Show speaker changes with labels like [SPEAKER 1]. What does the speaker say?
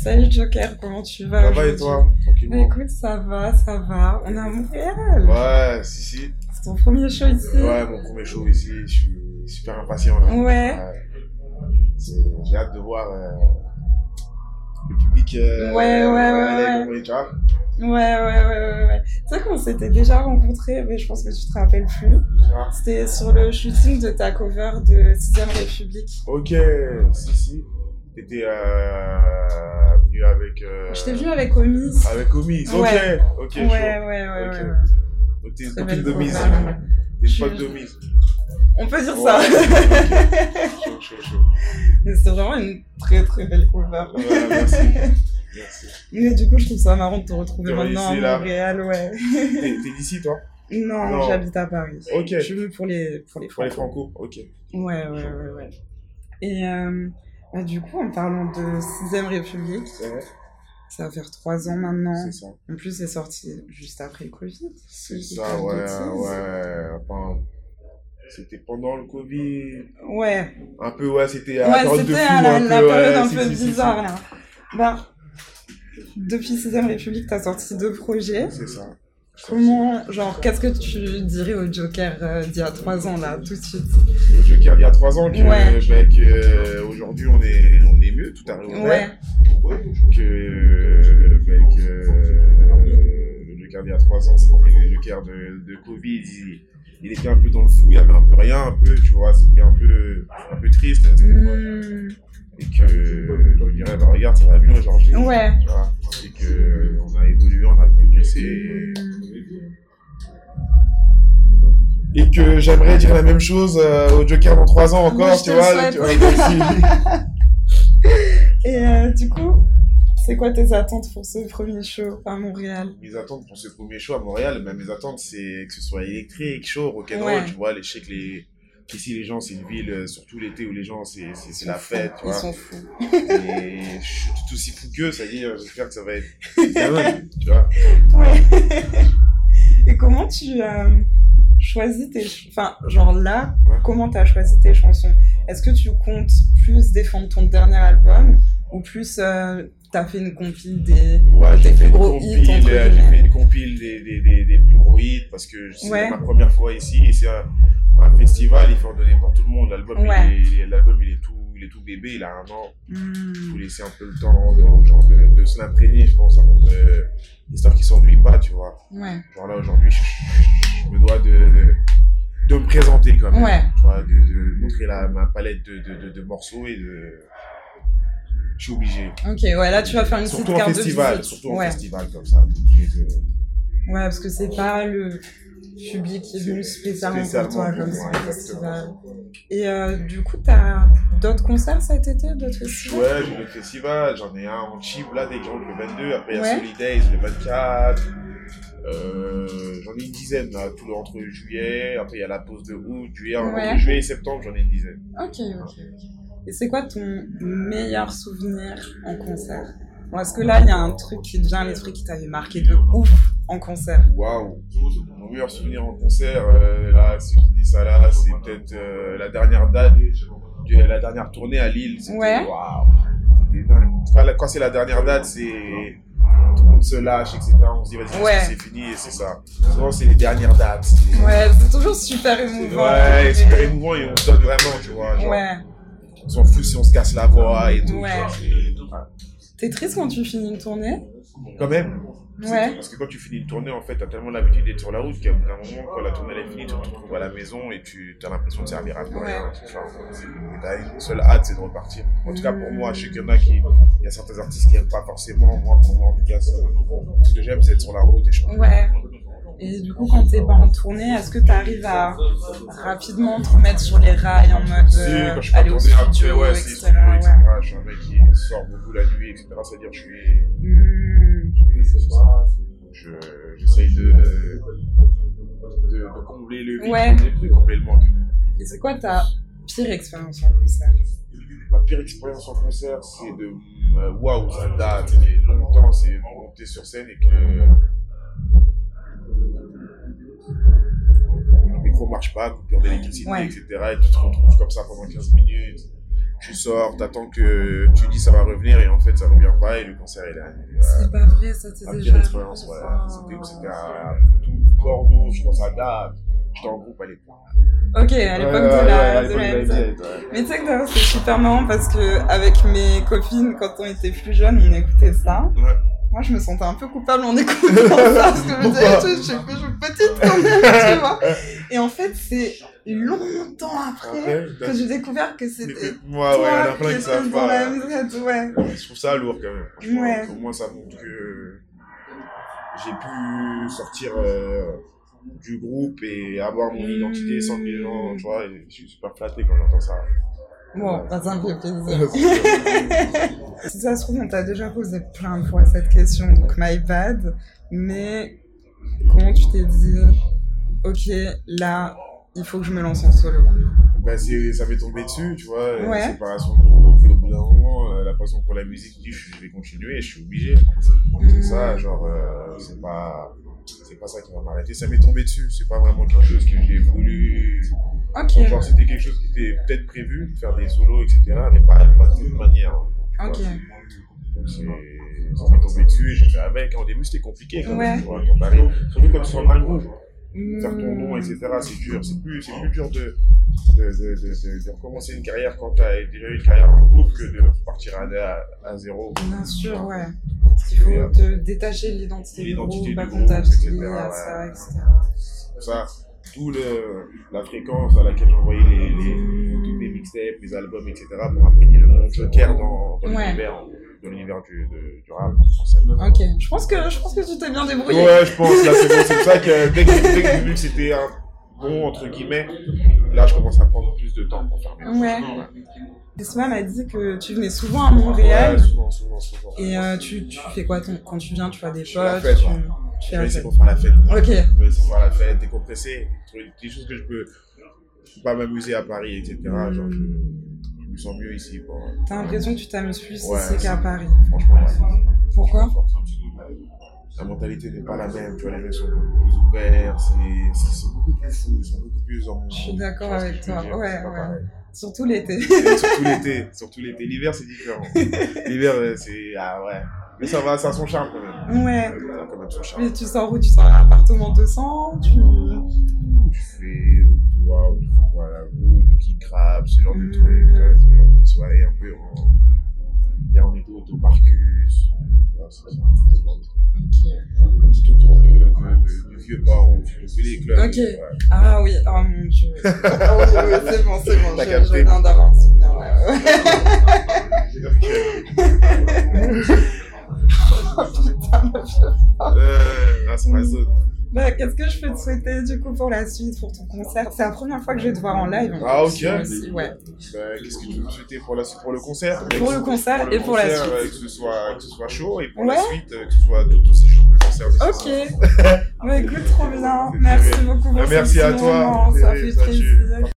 [SPEAKER 1] Salut Joker, comment tu vas
[SPEAKER 2] Ça va et
[SPEAKER 1] aujourd'hui
[SPEAKER 2] toi
[SPEAKER 1] Bah,
[SPEAKER 2] Tranquillement.
[SPEAKER 1] Écoute, ça va, ça va. On est à Montréal.
[SPEAKER 2] Ouais, si, si.
[SPEAKER 1] C'est ton premier show ici.
[SPEAKER 2] Ouais, mon premier show ici, je suis super impatient. là.
[SPEAKER 1] Ouais.
[SPEAKER 2] C'est- J'ai hâte de voir euh, le public. euh,
[SPEAKER 1] Ouais, ouais, ouais,
[SPEAKER 2] aller,
[SPEAKER 1] ouais.
[SPEAKER 2] comment il- tu vois.
[SPEAKER 1] Ouais, ouais, ouais, ouais, ouais. Tu sais qu'on s'était déjà rencontrés, mais je pense que tu te rappelles plus.
[SPEAKER 2] tu vois.
[SPEAKER 1] C'était sur le shooting de ta cover de 6ème République.
[SPEAKER 2] Ok, si, si. T'étais euh, venu avec. euh,
[SPEAKER 1] Je t'ai vu avec Omis.
[SPEAKER 2] Avec Omis. Ok,
[SPEAKER 1] Ouais.
[SPEAKER 2] ok,
[SPEAKER 1] ouais, ouais,
[SPEAKER 2] chaud.
[SPEAKER 1] ouais, ouais,
[SPEAKER 2] Ok.
[SPEAKER 1] ouais.
[SPEAKER 2] Donc t'es une
[SPEAKER 1] Très
[SPEAKER 2] copine
[SPEAKER 1] belle
[SPEAKER 2] de mise.
[SPEAKER 1] programme.
[SPEAKER 2] T'es une
[SPEAKER 1] Je-
[SPEAKER 2] pote de mise.
[SPEAKER 1] On peut dire
[SPEAKER 2] Ouais.
[SPEAKER 1] ça.
[SPEAKER 2] Chaud, chaud, chaud.
[SPEAKER 1] Mais c'est vraiment une très très belle cover.
[SPEAKER 2] Ouais, merci. Merci.
[SPEAKER 1] Mais du coup, je trouve ça marrant de te retrouver
[SPEAKER 2] De
[SPEAKER 1] maintenant
[SPEAKER 2] réussir,
[SPEAKER 1] à
[SPEAKER 2] là.
[SPEAKER 1] Montréal, ouais.
[SPEAKER 2] T'es t'es d'ici, toi
[SPEAKER 1] Non,
[SPEAKER 2] Non.
[SPEAKER 1] j'habite à Paris.
[SPEAKER 2] Ok.
[SPEAKER 1] Je suis venue pour les, pour les
[SPEAKER 2] Pour les
[SPEAKER 1] Franco.
[SPEAKER 2] franco, ok.
[SPEAKER 1] Ouais, ouais, ouais, ouais. Et euh, bah, du coup, en parlant de 6ème République,
[SPEAKER 2] Ouais,
[SPEAKER 1] ça va faire trois ans maintenant.
[SPEAKER 2] C'est ça.
[SPEAKER 1] En plus, c'est sorti juste après le Covid.
[SPEAKER 2] C'est
[SPEAKER 1] C'est
[SPEAKER 2] ça,
[SPEAKER 1] pas de
[SPEAKER 2] ouais,
[SPEAKER 1] bêtises.
[SPEAKER 2] ouais. Enfin, c'était pendant le Covid.
[SPEAKER 1] Ouais,
[SPEAKER 2] Un peu, ouais, c'était à la
[SPEAKER 1] ouais
[SPEAKER 2] période de
[SPEAKER 1] c'était
[SPEAKER 2] fou.
[SPEAKER 1] à la,
[SPEAKER 2] un
[SPEAKER 1] la
[SPEAKER 2] peu,
[SPEAKER 1] période
[SPEAKER 2] ouais,
[SPEAKER 1] un
[SPEAKER 2] si,
[SPEAKER 1] peu
[SPEAKER 2] si, si, si.
[SPEAKER 1] bizarre, là. Bah, depuis 6ème République, t'as sorti deux projets.
[SPEAKER 2] C'est ça.
[SPEAKER 1] Comment, genre, qu'est-ce que tu dirais au Joker euh, d'il y a trois ans, là, tout de suite
[SPEAKER 2] Le jeu qui il y a trois ans, que,
[SPEAKER 1] Ouais.
[SPEAKER 2] bah, que, euh, aujourd'hui on est, on est mieux, tout a réouvert.
[SPEAKER 1] Ouais,
[SPEAKER 2] Que, euh, bah, que, euh, le Joker il y a trois ans, c'était le Joker de, de Covid. Il, il était un peu dans le flou, il y avait un peu rien, un peu, tu vois, c'était un peu, un peu triste. à cette époque.
[SPEAKER 1] Hmm,
[SPEAKER 2] et que euh, je me dirais, bah regarde, ça va mieux aujourd'hui.
[SPEAKER 1] ouais.
[SPEAKER 2] Tu vois, et que euh, on a évolué, on a progressé. et- Et que j'aimerais dire la même chose euh, au Joker dans 3 ans encore,
[SPEAKER 1] Ouais, je te
[SPEAKER 2] tu vois.
[SPEAKER 1] le
[SPEAKER 2] tu vois, merci.
[SPEAKER 1] Et euh, du coup, c'est quoi tes attentes pour ce premier show à Montréal
[SPEAKER 2] mes attentes pour ce premier show à Montréal, bah, mes attentes c'est que ce soit électrique, chaud, rock'n'roll,
[SPEAKER 1] Ouais.
[SPEAKER 2] tu vois, les chèques, les... Ici, les gens, c'est une ville, euh, surtout l'été où les gens, c'est c'est- c'est la fête, Bah, tu
[SPEAKER 1] Ils
[SPEAKER 2] vois.
[SPEAKER 1] sont fous.
[SPEAKER 2] Et je suis tout aussi fou qu'eux, ça y est, j'espère que ça va être dingue, tu vois.
[SPEAKER 1] Ouais. Et comment tu as choisi tes... ch- Enfin, genre là,
[SPEAKER 2] Ouais.
[SPEAKER 1] comment tu as choisi tes chansons Est-ce que tu comptes plus défendre ton dernier album ou plus euh, t'as fait une compile des...
[SPEAKER 2] Ouais, j'ai
[SPEAKER 1] Des
[SPEAKER 2] fait, une
[SPEAKER 1] gros hits,
[SPEAKER 2] compile,
[SPEAKER 1] entre
[SPEAKER 2] euh, j'ai
[SPEAKER 1] guillemets.
[SPEAKER 2] fait une compile des, des, des, des plus gros hits parce que c'est
[SPEAKER 1] Ouais.
[SPEAKER 2] ma première fois ici et c'est un, un festival, il faut en donner pour tout le monde. L'album, il
[SPEAKER 1] Ouais.
[SPEAKER 2] est- il, est- l'album, il, est tout, il est tout bébé, il a un an. Il faut
[SPEAKER 1] Hmm,
[SPEAKER 2] laisser un peu le temps de- aux gens de, de se l'imprégner, je pense, avant de, histoire qu'ils s'ennuient pas, tu vois.
[SPEAKER 1] Ouais,
[SPEAKER 2] Genre là, aujourd'hui, je, je- je me dois de, de, de me présenter quand même.
[SPEAKER 1] ouais,
[SPEAKER 2] Tu vois, de, de montrer la, ma palette de, de, de, de morceaux et de. Je suis obligé.
[SPEAKER 1] ok, ouais, là tu vas faire une petite
[SPEAKER 2] Surtout en
[SPEAKER 1] carte de
[SPEAKER 2] festival,
[SPEAKER 1] visite.
[SPEAKER 2] surtout
[SPEAKER 1] ouais.
[SPEAKER 2] en festival comme ça. tout de suite, euh,
[SPEAKER 1] ouais, parce que c'est pas le public qui est venu spécialement pour toi
[SPEAKER 2] Spécialement pour
[SPEAKER 1] comme
[SPEAKER 2] moi,
[SPEAKER 1] ça, un
[SPEAKER 2] exactement.
[SPEAKER 1] festival. Et euh, du coup, t'as d'autres concerts cet été, d'autres festivals
[SPEAKER 2] Ouais, j'ai le festival, j'en ai un en Chib là, des gens le 22, après il y a
[SPEAKER 1] Ouais.
[SPEAKER 2] Solidays le 24. Euh, j'en ai une dizaine là, tout le- entre juillet, après il y a la pause de août, juillet, entre
[SPEAKER 1] Ouais.
[SPEAKER 2] juillet et septembre, j'en ai une dizaine.
[SPEAKER 1] Ok, ok. Et c'est quoi ton meilleur souvenir en concert Bon, Est-ce que là, il y a un truc qui devient les trucs qui t'avaient marqué de ouf en concert
[SPEAKER 2] Waouh! Mon meilleur souvenir en concert, euh, là, si je dis ça là, c'est peut-être euh, la dernière date, de, la dernière tournée à Lille. C'était-
[SPEAKER 1] Ouais.
[SPEAKER 2] Waouh! C'était dingue. Enfin, la- Quand c'est la dernière date, c'est. Tout le monde se lâche, etc. On se dit, vas-y,
[SPEAKER 1] Ouais.
[SPEAKER 2] c'est fini, et c'est ça. Souvent, c'est les dernières dates. c'est-
[SPEAKER 1] Ouais, c'est toujours super émouvant.
[SPEAKER 2] Ouais, super émouvant et on se donne vraiment, tu vois. Genre,
[SPEAKER 1] Ouais.
[SPEAKER 2] On s'en fout si on se casse la voix et tout.
[SPEAKER 1] Ouais.
[SPEAKER 2] genre, c'est-
[SPEAKER 1] T'es triste quand tu finis une tournée
[SPEAKER 2] ouais. Quand même. c'est-
[SPEAKER 1] Ouais.
[SPEAKER 2] Parce que quand tu finis une tournée, en fait, t'as tellement l'habitude d'être sur la route qu'à un moment, quand la tournée elle est finie, tu te retrouves à la maison et tu as l'impression de servir à plus
[SPEAKER 1] Ouais.
[SPEAKER 2] rien. tu vois. Et T'as une seule hâte, c'est de repartir. En tout cas, pour moi, je sais qu'il y en a qui. Il y a certains artistes qui n'aiment pas forcément. Moi, pour moi, en tout cas, c'est- ce que j'aime, c'est être sur la route et chanter.
[SPEAKER 1] Ouais. Et du coup, quand t'es pas en tournée, est-ce que t'arrives à rapidement te remettre sur les rails en mode
[SPEAKER 2] Si,
[SPEAKER 1] euh,
[SPEAKER 2] quand je suis pas
[SPEAKER 1] aller au
[SPEAKER 2] tourné, un petit
[SPEAKER 1] studio,
[SPEAKER 2] peu, ouais, c'est
[SPEAKER 1] etc.
[SPEAKER 2] studio, etc.
[SPEAKER 1] ouais.
[SPEAKER 2] Je suis un mec qui sort beaucoup la nuit, etc. C'est-à-dire, je suis.
[SPEAKER 1] Mm.
[SPEAKER 2] Je- J'essaye de, de, de combler le vide,
[SPEAKER 1] Ouais.
[SPEAKER 2] de combler le manque.
[SPEAKER 1] Et c'est quoi ta pire expérience en concert
[SPEAKER 2] Euh, Ma pire expérience en concert, c'est de. euh, Waouh, ça date, ça fait longtemps, c'est monter sur scène et que. Le micro marche pas, coupure d'électricité,
[SPEAKER 1] Ouais.
[SPEAKER 2] etc. Et tu te retrouves comme ça pendant 15 minutes. tu sors, t'attends que tu dis ça va revenir et en fait ça revient pas et le concert il est annulé.
[SPEAKER 1] C'est pas vrai, ça t'est
[SPEAKER 2] La
[SPEAKER 1] déjà
[SPEAKER 2] pire
[SPEAKER 1] arrivé,
[SPEAKER 2] expérience,
[SPEAKER 1] ça.
[SPEAKER 2] ouais. C'était où C'était à tout Bordeaux, je pense à Gap. J'étais en groupe à l'époque.
[SPEAKER 1] Ok, à l'époque de la, de la LZ.
[SPEAKER 2] LZ, ouais.
[SPEAKER 1] Mais tu sais que d'ailleurs, c'est super marrant parce que avec mes copines, quand on était plus jeunes, on écoutait ça.
[SPEAKER 2] Ouais.
[SPEAKER 1] Moi, je me sentais un peu coupable en écoutant ça parce que je me disais,
[SPEAKER 2] Pourquoi
[SPEAKER 1] tu sais, je suis plus je suis petite quand même, tu vois. Et en fait, c'est longtemps après
[SPEAKER 2] Après,
[SPEAKER 1] que j'ai découvert que c'était
[SPEAKER 2] moi, Ah ouais, il y en
[SPEAKER 1] toi
[SPEAKER 2] a
[SPEAKER 1] qui
[SPEAKER 2] plein qui
[SPEAKER 1] étais
[SPEAKER 2] savent
[SPEAKER 1] dans la
[SPEAKER 2] pas.
[SPEAKER 1] musette, ouais.
[SPEAKER 2] Je trouve ça lourd quand même. franchement.
[SPEAKER 1] Ouais.
[SPEAKER 2] Pour moi, ça montre que j'ai pu sortir euh, du groupe et avoir mon
[SPEAKER 1] Mm.
[SPEAKER 2] identité sans que les gens, tu vois, et je suis super flatté quand j'entends ça.
[SPEAKER 1] Bon, bah, ça me fait plaisir.
[SPEAKER 2] C'est
[SPEAKER 1] Euh, Si ça se trouve, on t'a déjà posé plein de fois cette question, donc my bad. Mais comment tu t'es dit, ok, là, il faut que je me lance en solo
[SPEAKER 2] bah, c'est- ça m'est tombé dessus, tu vois,
[SPEAKER 1] Ouais.
[SPEAKER 2] la séparation du groupe, et au bout d'un moment, euh, la passion pour la musique, je dis, je vais continuer, je suis obligé. C'est
[SPEAKER 1] Hmm.
[SPEAKER 2] ça, genre, euh, c'est pas. C'est pas ça qui va m'arrêter, ça m'est tombé dessus, c'est pas vraiment quelque chose que j'ai voulu
[SPEAKER 1] Ok,
[SPEAKER 2] Genre, c'était quelque chose qui était peut-être prévu, de faire des solos, etc., mais pas, pas de cette manière. hein.
[SPEAKER 1] ok.
[SPEAKER 2] Donc, c'est- ça m'est tombé dessus, j'ai fait avec. Au début, c'était compliqué quand
[SPEAKER 1] Ouais.
[SPEAKER 2] même, tu vois, quand t'arrives. Surtout quand tu sors d'un groupe, faire ton nom,
[SPEAKER 1] Hmm.
[SPEAKER 2] etc., c'est dur. C'est plus, c'est plus dur de, de, de, de, de- de recommencer une carrière quand t'as déjà eu une carrière en groupe que de partir à, à, à zéro.
[SPEAKER 1] Bien sûr, ouais. Parce qu'il faut te détacher de l'identité du
[SPEAKER 2] L'identité
[SPEAKER 1] groupe,
[SPEAKER 2] du
[SPEAKER 1] pas qu'on
[SPEAKER 2] groupe,
[SPEAKER 1] t'afflie
[SPEAKER 2] etc.,
[SPEAKER 1] à
[SPEAKER 2] ouais.
[SPEAKER 1] ça, etc.
[SPEAKER 2] ça, d'où le- la fréquence à laquelle j'envoyais les, les, toutes mes mixtapes, mes albums, etc. pour imprégner le mot Joker dans, dans
[SPEAKER 1] Ouais.
[SPEAKER 2] l'univers, dans l'univers du, de- du rap français.
[SPEAKER 1] Ok, je pense que, je pense que tu t'es bien débrouillé.
[SPEAKER 2] Ouais, je pense, là, c'est bon, c'est pour ça que dès que, dès que j'ai vu que c'était un bon, entre guillemets, là, je commence à prendre plus de temps pour faire mes
[SPEAKER 1] Ouais.
[SPEAKER 2] choses.
[SPEAKER 1] Esma m'a dit que tu venais souvent à Montréal.
[SPEAKER 2] Ouais, souvent, souvent, souvent.
[SPEAKER 1] Et euh, tu, tu fais quoi ton- quand tu viens Tu vois des
[SPEAKER 2] Je fais la
[SPEAKER 1] potes
[SPEAKER 2] fête,
[SPEAKER 1] tu-
[SPEAKER 2] ouais.
[SPEAKER 1] tu
[SPEAKER 2] Je
[SPEAKER 1] fais
[SPEAKER 2] vais
[SPEAKER 1] la
[SPEAKER 2] essayer
[SPEAKER 1] fête.
[SPEAKER 2] pour faire la fête.
[SPEAKER 1] Ok,
[SPEAKER 2] Je vais essayer de faire la fête, décompresser, trouver des choses que je peux, je peux pas m'amuser à Paris, etc. Genre, je, je me sens mieux ici. quoi.
[SPEAKER 1] t'as l'impression que tu t'amuses plus
[SPEAKER 2] Ouais,
[SPEAKER 1] ici qu'à
[SPEAKER 2] c'est-
[SPEAKER 1] Paris.
[SPEAKER 2] Franchement, ouais.
[SPEAKER 1] Pourquoi
[SPEAKER 2] La mentalité n'est pas la même, tu vois, les gens sont beaucoup plus ouverts, c'est- ils sont beaucoup plus fous, ils sont beaucoup plus en...
[SPEAKER 1] Je suis d'accord
[SPEAKER 2] Tu vois ce
[SPEAKER 1] avec
[SPEAKER 2] que je veux
[SPEAKER 1] toi,
[SPEAKER 2] dire,
[SPEAKER 1] ouais,
[SPEAKER 2] c'est pas
[SPEAKER 1] ouais.
[SPEAKER 2] pareil.
[SPEAKER 1] Surtout l'été.
[SPEAKER 2] C'est Surtout l'été, surtout l'été. L'hiver, c'est différent. L'hiver, euh, c'est... Ah ouais. Mais ça va, ça a son charme quand même. Euh,
[SPEAKER 1] ouais.
[SPEAKER 2] Ça a quand même son charme. Euh,
[SPEAKER 1] Mais tu sors où Tu sors à l'appartement 200 tu...
[SPEAKER 2] Tu fais, tu vois, tu fais quoi, la route, qui crabe, ce genre de
[SPEAKER 1] Mm.
[SPEAKER 2] trucs, tu vois, ce genre de soirée un peu en... Là, on était au Toparcus, tu vois, c'est ça, ce genre de trucs.
[SPEAKER 1] Ok.
[SPEAKER 2] Tout autour de, de, de- du vieux port, tous les clubs.
[SPEAKER 1] Ok.
[SPEAKER 2] ouais.
[SPEAKER 1] Ah oui, oh mon dieu. Ah oui, oui, c'est bon, c'est bon.
[SPEAKER 2] T'as
[SPEAKER 1] Je,
[SPEAKER 2] capté.
[SPEAKER 1] je viens d'avoir un souvenir, ouais, ouais. Oh, Putain, ma fille.
[SPEAKER 2] Euh, ah, c'est ma zone.
[SPEAKER 1] Bah, Qu'est-ce que je peux te souhaiter du coup pour la suite, pour ton concert C'est la première fois que je vais te voir en live. en
[SPEAKER 2] Ah,
[SPEAKER 1] plus,
[SPEAKER 2] ok.
[SPEAKER 1] aussi, ouais.
[SPEAKER 2] Bah, Qu'est-ce que tu veux me souhaiter pour, la, pour le concert
[SPEAKER 1] Pour le concert et pour la
[SPEAKER 2] concert,
[SPEAKER 1] suite.
[SPEAKER 2] euh, Que ce, soit, que ce soit chaud et pour la
[SPEAKER 1] Ouais.
[SPEAKER 2] suite, euh, que ce soit tout aussi chaud que le concert. c'est
[SPEAKER 1] Ok.
[SPEAKER 2] ça.
[SPEAKER 1] Bah écoute, trop bien.
[SPEAKER 2] C'est
[SPEAKER 1] Merci
[SPEAKER 2] très
[SPEAKER 1] beaucoup. pour
[SPEAKER 2] Ah,
[SPEAKER 1] ce
[SPEAKER 2] merci à
[SPEAKER 1] petit
[SPEAKER 2] toi.
[SPEAKER 1] moment, Ça
[SPEAKER 2] Thérèse,
[SPEAKER 1] fait
[SPEAKER 2] ça tue.
[SPEAKER 1] plaisir.